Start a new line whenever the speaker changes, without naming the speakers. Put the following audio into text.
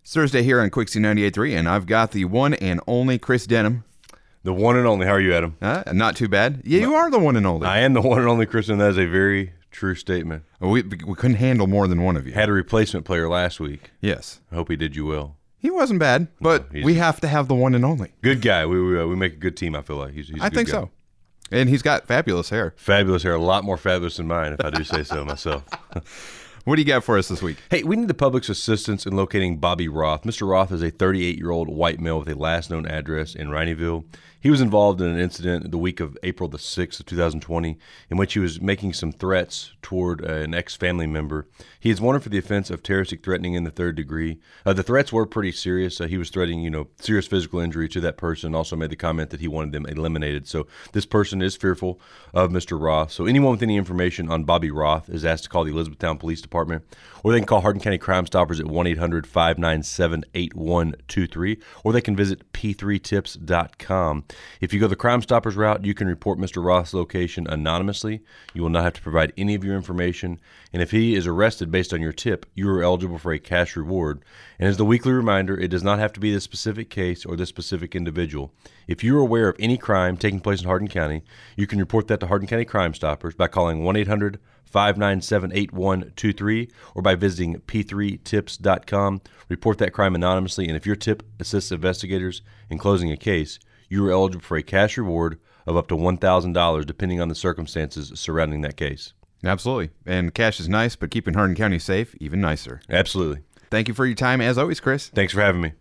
It's Thursday here on Quixie 98.3, and I've got the one and only Chris Denham.
The one and only. How are you, Adam?
Uh, not too bad. Yeah, you are the one and only.
I am the one and only Christian. That is a very true statement.
we, we couldn't handle more than one of you.
Had a replacement player last week.
Yes.
I hope he did you well.
He wasn't bad, but
he's-
we have to have the one and only.
Good guy. We we, uh, we make a good team. I feel like he's. he's a
I
good
think
guy.
so. And he's got fabulous hair.
Fabulous hair. A lot more fabulous than mine, if I do say so myself.
What do you got for us this week?
Hey, we need the public's assistance in locating Bobby Roth. Mr. Roth is a 38 year old white male with a last known address in Rhineyville. He was involved in an incident the week of April the 6th of 2020 in which he was making some threats toward uh, an ex family member. He is wanted for the offense of terroristic threatening in the third degree. Uh, the threats were pretty serious. Uh, he was threatening, you know, serious physical injury to that person. Also made the comment that he wanted them eliminated. So this person is fearful of Mr. Roth. So anyone with any information on Bobby Roth is asked to call the Elizabethtown Police Department, or they can call Hardin County Crime Stoppers at 1-800-597-8123, or they can visit p3tips.com. If you go the Crime Stoppers route, you can report Mr. Roth's location anonymously. You will not have to provide any of your information, and if he is arrested based on your tip, you are eligible for a cash reward. And as the weekly reminder, it does not have to be this specific case or this specific individual. If you are aware of any crime taking place in Hardin County, you can report that to Hardin County Crime Stoppers by calling 1 800 597 8123 or by visiting p3tips.com. Report that crime anonymously, and if your tip assists investigators in closing a case, you are eligible for a cash reward of up to $1,000 depending on the circumstances surrounding that case.
Absolutely. And cash is nice, but keeping Hardin County safe, even nicer.
Absolutely.
Thank you for your time, as always, Chris.
Thanks for having me.